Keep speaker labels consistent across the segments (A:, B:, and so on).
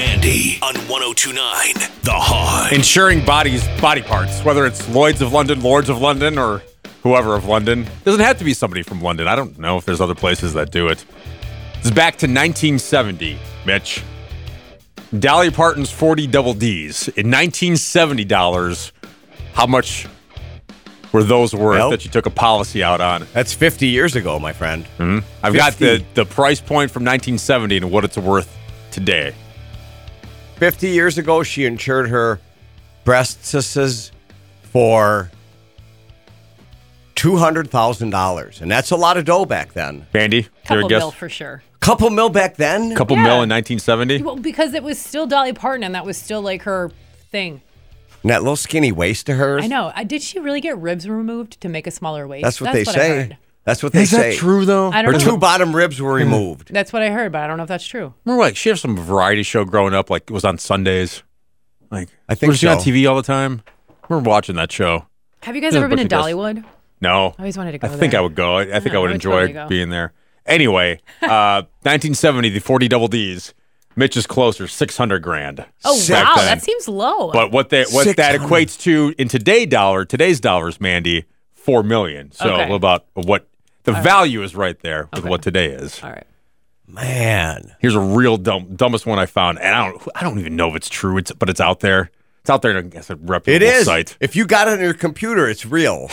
A: on 1029 The Hog.
B: Insuring bodies, body parts, whether it's Lloyd's of London, Lords of London, or whoever of London. Doesn't have to be somebody from London. I don't know if there's other places that do it. It's back to 1970, Mitch. Dolly Parton's 40 double Ds. In 1970 dollars, how much were those worth
C: Well-
B: that you took a policy out on?
C: That's 50 years ago, my friend.
B: I've got the,
C: 50.
B: the price point from 1970 and what it's worth today.
C: 50 years ago, she insured her breasts for $200,000. And that's a lot of dough back then.
B: Bandy, your
D: Couple
B: guess?
D: bill for sure.
C: Couple mil back then?
B: Couple
D: Yeah.
B: mil in 1970?
D: Well, because it was still Dolly Parton, and that was still like her thing.
C: And that little skinny waist of hers.
D: I know. Uh, Did she really get ribs removed to make a smaller waist?
C: That's what they
D: I
C: say.
D: heard.
C: That's what they say.
B: though?
D: I
C: Her
D: don't know.
C: two bottom ribs were removed.
D: That's what I heard, but I don't know if that's true.
B: Remember, like she had some variety show growing up. Like it was on Sundays. Like
C: I think
B: was she on
C: so.
B: TV all the time. I remember watching that show.
D: Have you guys
B: Yeah,
D: ever been
B: but
D: in
B: she does.
D: Dollywood?
B: No,
D: I always wanted to
B: I
D: go
B: think
D: there.
B: I would go. I, I think I
D: I
B: would
D: would
B: enjoy
D: totally go.
B: being there. Anyway, uh, 1970, the 40 double Ds. Mitch is closer, 600 grand.
D: Oh
C: Sick
D: wow,
B: then.
D: that seems low.
B: But what they what that
C: 600.
B: equates to in today dollar today's dollars, Mandy, four million. So
D: Okay.
B: about what the value is right there with what today is.
D: All right.
C: Man.
B: Here's a real dumb, dumbest one I found, and I don't, I don't even know if it's true. It's, but it's out there. It's out there. It's a reputable
C: It is.
B: site.
C: If you got it on your computer, it's real.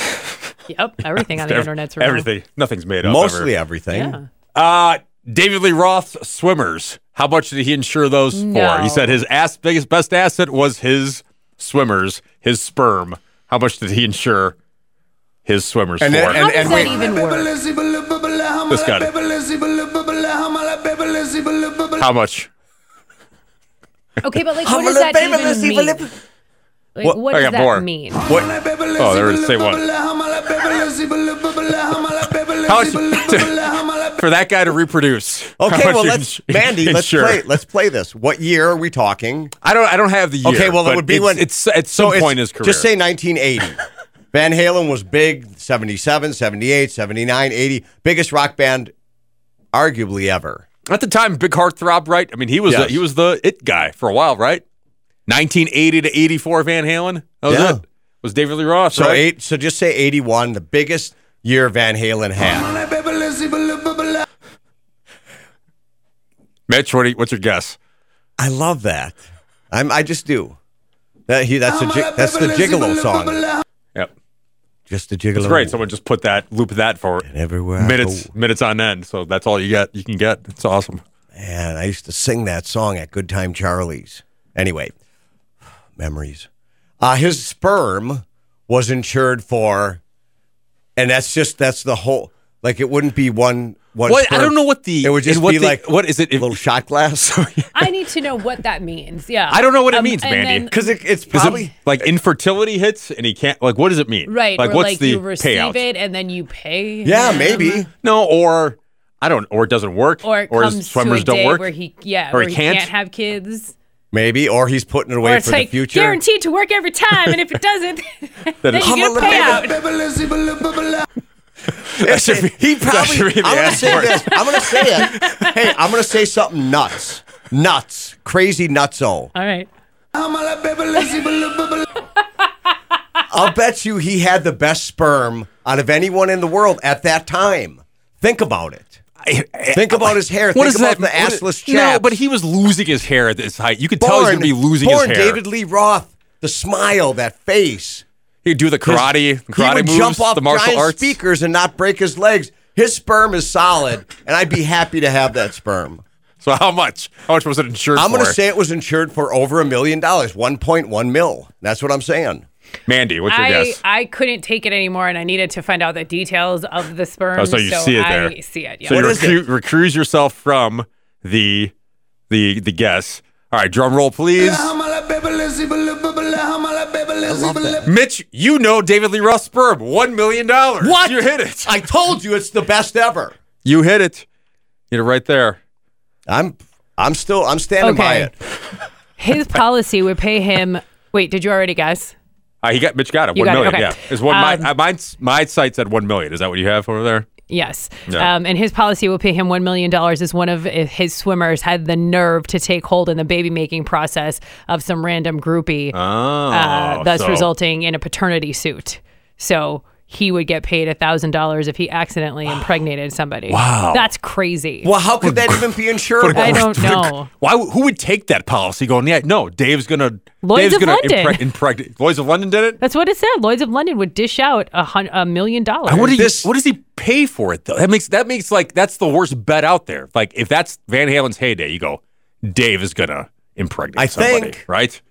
D: Yep. Everything on the
B: Ev-
D: internet's real.
B: everything. Nothing's made up.
C: Mostly
B: ever.
C: everything.
D: Yeah.
B: Uh, David Lee Roth's swimmers. How much did he insure those for? He
D: No.
B: said his ass, biggest best asset was his swimmers, his sperm. How much did he insure his swimmers
C: And
B: for?
C: then-
D: How
C: and-
D: does that
C: wait.
D: even work?
B: This got it. How much?
D: Okay, but like,
C: How
D: what does
C: little
D: that
C: baby,
D: even
C: little
D: mean?
C: baby.
D: Like,
B: What-
D: what,
B: I
D: does
B: got
D: that
B: more.
D: mean?
B: What? Oh, there it is. Say what? How much for that guy to reproduce? how
C: Okay,
B: much
C: well
B: you
C: let's
B: ins-
C: Mandy, let's
B: insure?
C: play let's play this. What year are we talking?
B: I don't. I don't have the year.
C: okay, well
B: but
C: it would be
B: it's,
C: when
B: it's at
C: so
B: some
C: it's-
B: point in his career.
C: Just say 1980. Van Halen was big 77, 78, 79, 80, biggest rock band arguably ever.
B: at the time, big heartthrob, right? I mean, he was
C: Yes.
B: the, he was the it guy for a while, right? 1980 to 84, Van Halen. That was
C: Yeah.
B: it. Was David Lee Roth?
C: So
B: right?
C: eight so just say 81, the biggest year Van Halen had.
B: Mitch, what do you- what's your guess?
C: I love that. I'm I just do. That he that's a jig- that's the gigolo song.
B: Yep,
C: Just the gigolo.
B: that's great. Someone just put that loop that for
C: everywhere I
B: minutes
C: go.
B: minutes on end. So that's all you get. You can get. It's awesome.
C: Man, I used to sing that song at Good Time Charlie's. Anyway, memories. Uh, his sperm was insured for, and that's just that's the whole. Like it wouldn't be one one.
B: What I
C: sperm.
B: don't know what the
C: It would just
B: and what
C: be
B: the-
C: like
B: what is it?
C: a little shot glass
D: I need to know what that means. Yeah.
B: I don't know what it
D: Um,
B: means,
D: and
B: Mandy.
D: then-
C: because it, it's
B: Is
C: probably
B: it like infertility hits and he can't? Like, what does it mean?
D: Right.
B: Like,
D: or
B: what's
D: like
B: the
D: you receive
B: payout?
D: it and then you pay.
C: yeah
D: him.
C: maybe.
B: No, or I don't, or it doesn't work,
D: Or it
B: his
D: comes
B: swimmers
D: to a day
B: don't work.
D: where he yeah
B: Or
D: where
B: he
D: he
B: can't?
D: can't have kids.
C: Maybe, or he's putting it away
D: or
C: for
D: it's
C: the
D: like
C: future.
D: guaranteed to work every time, and if it doesn't,
B: That
D: then
B: is-
D: you get a payout.
B: That should be-
C: He
B: that
C: probably.
B: should be the
C: I'm gonna
B: ad
C: say
B: for it.
C: this. I'm gonna say it. Hey, I'm gonna say something nuts, nuts, crazy nutso.
D: All right.
C: I'll bet you he had the best sperm out of anyone in the world at that time. Think about it. Think about his hair.
B: What
C: Think
B: is
C: about
B: that?
C: the
B: what is-
C: assless
B: No,
C: chaps.
B: but he was losing his hair at this height. You could tell he's going to be losing
C: born
B: his hair.
C: David Lee Roth, the smile, that face.
B: He'd do the karate, karate
C: he would
B: moves,
C: jump off
B: the martial
C: giant
B: arts.
C: speakers and not break his legs. His sperm is solid, and I'd be happy to have that sperm.
B: So how much? How much was it insured
C: I'm going
B: for?
C: to say it was insured for over a million dollars, 1.1 mil. That's what I'm saying.
B: Mandy, what's your
D: I,
B: guess?
D: I couldn't take it anymore, and I needed to find out the details of the sperm.
B: Oh, so you see it
D: I
B: there.
D: see it. Yeah.
B: so you
C: What is
B: recru- recruise yourself from the the the guess. All right, drum roll, please. Mitch, you know David Lee Roth's sperm, one million dollars.
C: What?
B: You hit it.
C: I told you it's the best ever.
B: You hit it. Hit it right there.
C: I'm I'm still I'm standing by
D: Okay.
C: it.
D: His policy would pay him. Wait, did you already guess?
B: Uh, he got Mitch got it.
D: You
B: One
D: got it,
B: million.
D: okay.
B: Yeah, is one. my
D: Um,
B: uh, my my site said one million. Is that what you have over there?
D: Yes.
B: Yeah.
D: Um, and his policy will pay him $1 million as one of his swimmers had the nerve to take hold in the baby making process of some random groupie, uh, thus
B: Oh, so-
D: resulting in a paternity suit. So he would get paid $1,000 if he accidentally impregnated somebody. Wow. That's crazy.
C: Well, how could that even be insured?
D: I don't know.
B: Why? would- Who would take that policy? Going, yeah, no. Dave's gonna.
D: Lloyd's
B: Dave's
D: of
B: gonna
D: London.
B: Impre- impregnate. Lloyd's of London did it.
D: That's what it said. Lloyds of London would dish out a, hun- a million dollars.
B: And Uh, what, do you-
C: This-
B: what does he pay for it though? That makes that makes like that's the worst bet out there. Like if that's Van Halen's heyday, you go, Dave is gonna impregnate
C: I
B: somebody,
C: think-
B: right?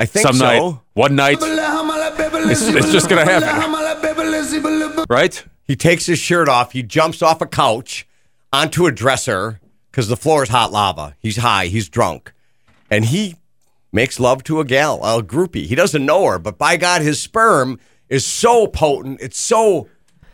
C: I think
B: Some
C: so.
B: night, one night, it's, it's just gonna happen, right?
C: He takes his shirt off. He jumps off a couch onto a dresser because the floor is hot lava. He's high. He's drunk. And he makes love to a gal, a groupie. He doesn't know her, but by God, his sperm is so potent. It's so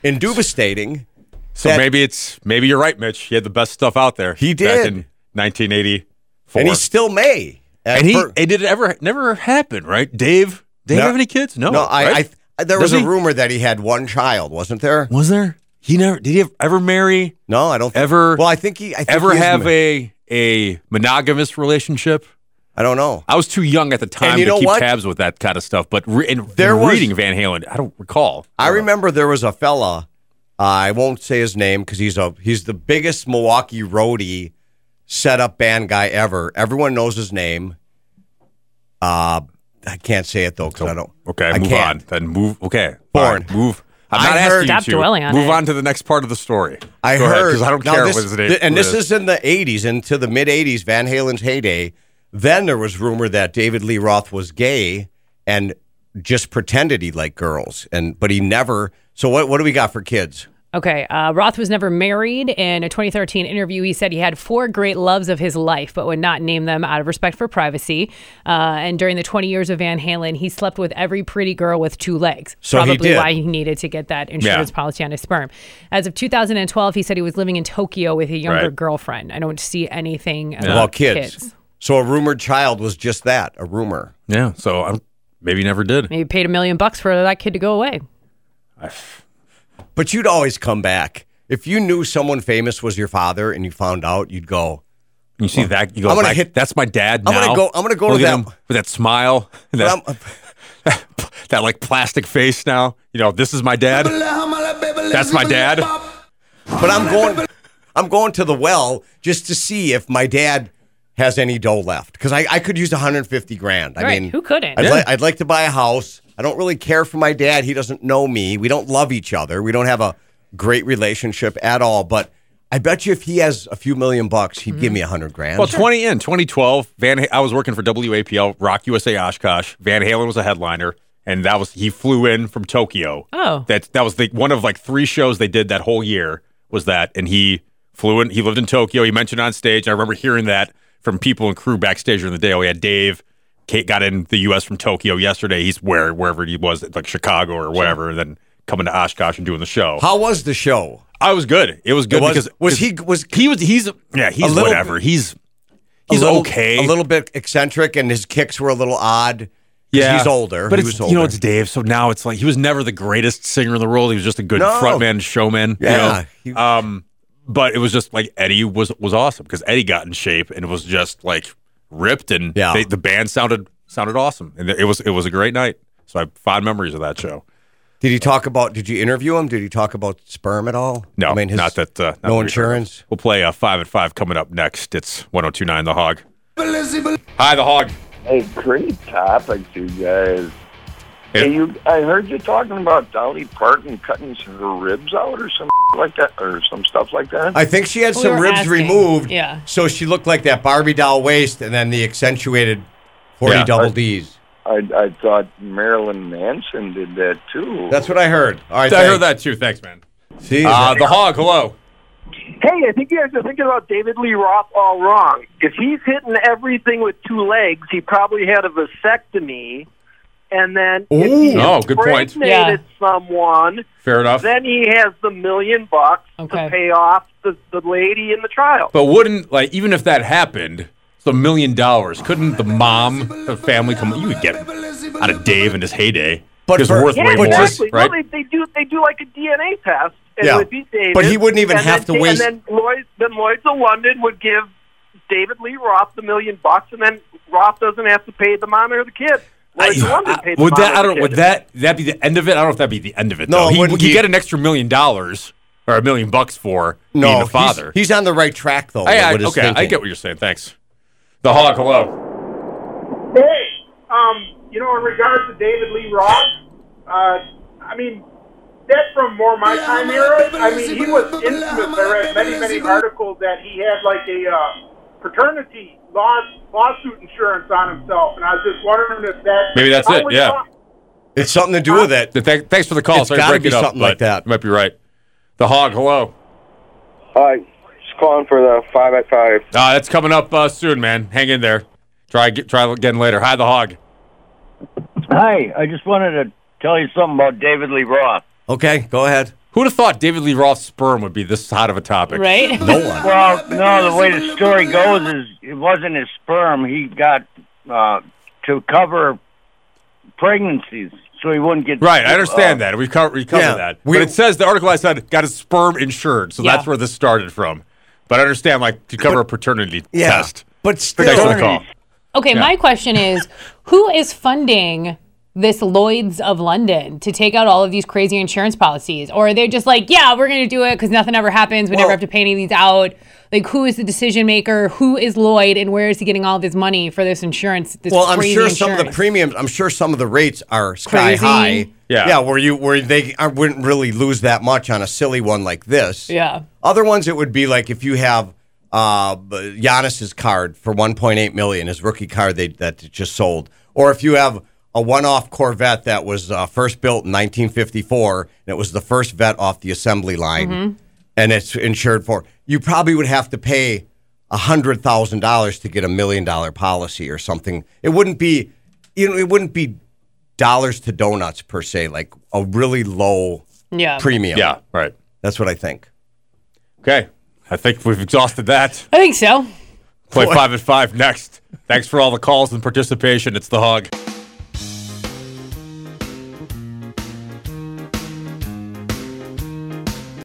C: indubistating.
B: So
C: That-
B: maybe it's maybe you're right, Mitch. He had the best stuff out there.
C: He
B: back
C: did.
B: in 1984,
C: And he still may.
B: And he
C: At fir-
B: and did it ever never happen, right? Dave, Dave
C: No.
B: have any kids? No,
C: no, I,
B: right?
C: I, there was
B: Does
C: a
B: he?
C: rumor that he had one child, wasn't there?
B: was there. He never did. He ever, ever marry?
C: No, I don't think,
B: Ever-
C: Well, I think he. I think
B: Ever
C: he is
B: have
C: ma-
B: a a monogamous relationship?
C: I don't know.
B: I was too young at the time
C: And you
B: to
C: know
B: keep
C: what?
B: tabs with that kind of stuff. But re- in,
C: There
B: in
C: was-
B: reading Van Halen, I don't recall.
C: I remember there was a fella. uh, I won't say his name because he's a he's the biggest Milwaukee roadie setup band guy ever. Everyone knows his name. Uh, I can't say it though because I don't.
B: Okay,
C: I
B: move
C: can't.
B: on. Then move. Okay,
C: Born.
B: All right, move. I'm
C: I
B: not
C: heard-
B: asking you
D: Stop
B: to
D: dwelling on
B: move
D: it.
B: on to the next part of the story.
C: I
B: Go ahead,
C: heard
B: 'cause I don't
C: now
B: care
C: this-
B: what his name.
C: th- and
B: what
C: this is in the '80s into the mid '80s. Van Halen's heyday. Then there was rumor that David Lee Roth was gay and just pretended he liked girls, and but he never. So what? What do we got for kids?
D: Okay. Uh, Roth was never married. In a 2013 interview, he said he had four great loves of his life, but would not name them out of respect for privacy. Uh, and during the 20 years of Van Halen, he slept with every pretty girl with two legs.
C: So he
D: probably
C: did.
D: why he needed to get that insurance
B: Yeah.
D: policy on his sperm. As of 2012, he said he was living in Tokyo with a younger
B: Right.
D: girlfriend. I don't see anything about
C: Well, kids. So a rumored child was just that, a rumor.
B: Yeah. So I'm maybe never did.
D: Maybe paid a million bucks for that kid to go away.
C: But you'd always come back. If you knew someone famous was your father and you found out, you'd go,
B: You see that? You go.
C: I'm gonna
B: like,
C: hit-
B: That's my dad.
C: I'm gonna
B: now.
C: go- I'm gonna go to
B: Look at
C: that-
B: him with that smile. and
C: but
B: That,
C: I'm,
B: that like plastic face. Now you know this is my dad. That's my dad.
C: but I'm going I'm going to the well just to see if my dad has any dough left. Because I, I could use 150 grand. I
D: Right,
C: mean
D: who couldn't?
C: I'd,
D: Yeah.
C: li- I'd like to buy a house. I don't really care for my dad. He doesn't know me. We don't love each other. We don't have a great relationship at all. But I bet you if he has a few million bucks, he'd
D: Mm-hmm.
C: give me a hundred grand.
B: Well, 20 in 2012, Van. Ha- I was working for WAPL Rock USA Oshkosh. Van Halen was a headliner, and that was he flew in from Tokyo.
D: Oh.
B: that that was the one of like three shows they did that whole year was that, and he flew in. He lived in Tokyo. He mentioned on stage. I remember hearing that from people and crew backstage during the day. Oh, yeah, Dave. Kate got in the U.S. from Tokyo yesterday. He's where wherever he was, like Chicago or whatever, and then coming to Oshkosh and doing the show.
C: How was the show?
B: I was good. It was good
C: It was-
B: because
C: was he- was-
B: he was he's yeah he's
C: little-
B: whatever he's he's
C: a little,
B: okay
C: a little bit eccentric, and his kicks were a little odd. 'cause
B: yeah
C: he's older.
B: but
C: he
B: it's
C: was older.
B: you know it's Dave so now it's like he was never the greatest singer in the world he was just a good
C: No.
B: frontman showman
C: Yeah,
B: you
C: he-
B: know um but it was just like Eddie was was awesome because Eddie got in shape and was just like ripped and
C: Yeah.
B: they, the band sounded sounded awesome and it was it was a great night so I have fond memories of that show
C: did he talk about? Did you interview him? Did he talk about sperm at all?
B: no
C: I mean, his-
B: not that uh, not
C: no
B: that we-
C: insurance.
B: We'll play a five at five coming up next. It's 1029 The Hog. Hi, The Hog.
E: Hey, great topics, you
B: Yeah.
E: guys. Hey, you, I heard you talking about Dolly Parton cutting her ribs out or some like that, or some stuff like that.
C: I think she had
D: We
C: some
D: were
C: ribs
D: asking.
C: removed.
D: Yeah.
C: So she looked like that Barbie doll waist, and then the accentuated forty
B: Yeah.
C: double D's.
E: I, I thought Marilyn Manson did that too.
C: That's what I heard. All right,
B: I heard
C: thanks.
B: that too. Thanks, man.
C: See,
B: Uh, the Hog, hello.
F: Hey, I think you guys are thinking about David Lee Roth all wrong. If he's hitting everything with two legs, he probably had a vasectomy, and then if
C: Ooh.
F: he
B: Oh, good point.
F: impregnated someone,
B: Fair enough.
F: then he has the million bucks
D: Okay.
F: to pay off the, the lady and the child.
B: but wouldn't, like, even if that happened, it's a million dollars. Couldn't the mom, the family come? You would get out of Dave in his heyday.
C: But
B: It's
C: for-
B: worth
F: Yeah,
B: way more,
F: exactly.
B: right?
F: No, they, they do they do like a DNA test. And
C: Yeah.
F: it would be David,
C: But he wouldn't even
F: and
C: have
F: then
C: to
F: Da-
C: waste-
F: And then Lloyd, then Lloyd's of London would give David Lee Roth the million bucks, and then Roth doesn't have to pay the mom or the kid. Lloyd's of London paid the
B: would
F: mom
B: that
F: or
B: I
F: the
B: don't
F: kid.
B: would that that be the end of it? I don't know if that'd be the end of it.
C: No,
B: though.
C: it
B: he
C: wouldn't
B: would you
C: be.
B: get an extra million dollars or a million bucks for being
C: no,
B: a father.
C: He's, he's on the right track though.
B: I, I-
C: with his
B: okay, I
C: thinking.
B: get what you're saying. Thanks. The hog, hello.
G: Hey, um, you know, in regards to David Lee Roth, uh, I mean, that's from more my time era. I mean, he was infamous. I read many, many articles that he had like a uh, paternity law, lawsuit insurance on himself, and I was just wondering if that
B: Maybe that's
G: I
B: it,
G: would
B: yeah.
G: talk-
C: It's something to do with it.
B: Th- th- thanks for the call.
C: It's
B: Sorry to
C: gotta
B: break
C: be
B: it up,
C: something like
B: but
C: that.
B: You might be right. The hog, hello.
E: Hi, just calling for the five by five.
B: Uh, that's coming up uh, soon, man. Hang in there. Try get, try again later. Hi, the hog.
H: Hi, I just wanted to tell you something about David Lee Roth.
C: Okay, go ahead.
B: Who'd have thought David Lee Roth's sperm would be this hot of a topic?
D: Right?
H: Well, no, the way the story goes is it wasn't his sperm. He got uh, to cover pregnancies so he wouldn't get
B: Right, I understand that. We covered we covered
C: Yeah,
B: that.
C: we-
B: but it says the article I said got his sperm insured, so that's
D: Yeah.
B: where this started from. But I understand, like to cover a paternity
C: Yeah,
B: test.
C: but still,
B: Thanks for the call.
D: Okay, my question is who is funding this Lloyd's of London to take out all of these crazy insurance policies? Or are they just like, yeah, we're going to do it because nothing ever happens. We never
C: Well-
D: have to pay any of these out. Like, who is the decision maker? Who is Lloyd? And where is he getting all of his money for this insurance? This
C: Well, I'm
D: crazy
C: sure some of the
D: insurance?
C: premiums. I'm sure some of the rates are sky
D: Crazy.
C: high.
B: Yeah.
C: yeah, where you where they I wouldn't really lose that much on a silly one like this.
D: Yeah.
C: Other ones, it would be like if you have uh, Giannis's card for 1.8 million, his rookie card they, that just sold, or if you have a one-off Corvette that was uh, first built in 1954 and it was the first vet off the assembly line, and it's insured for, you probably would have to pay hundred thousand dollars to get a million-dollar policy or something. It wouldn't be, you know, it wouldn't be dollars to donuts per se, like a really low
D: Yeah.
C: premium.
B: Yeah, right.
C: that's what I think.
B: Okay, I think we've exhausted that.
D: I think so.
B: Play five at five next. Thanks for all the calls and participation. It's the hog.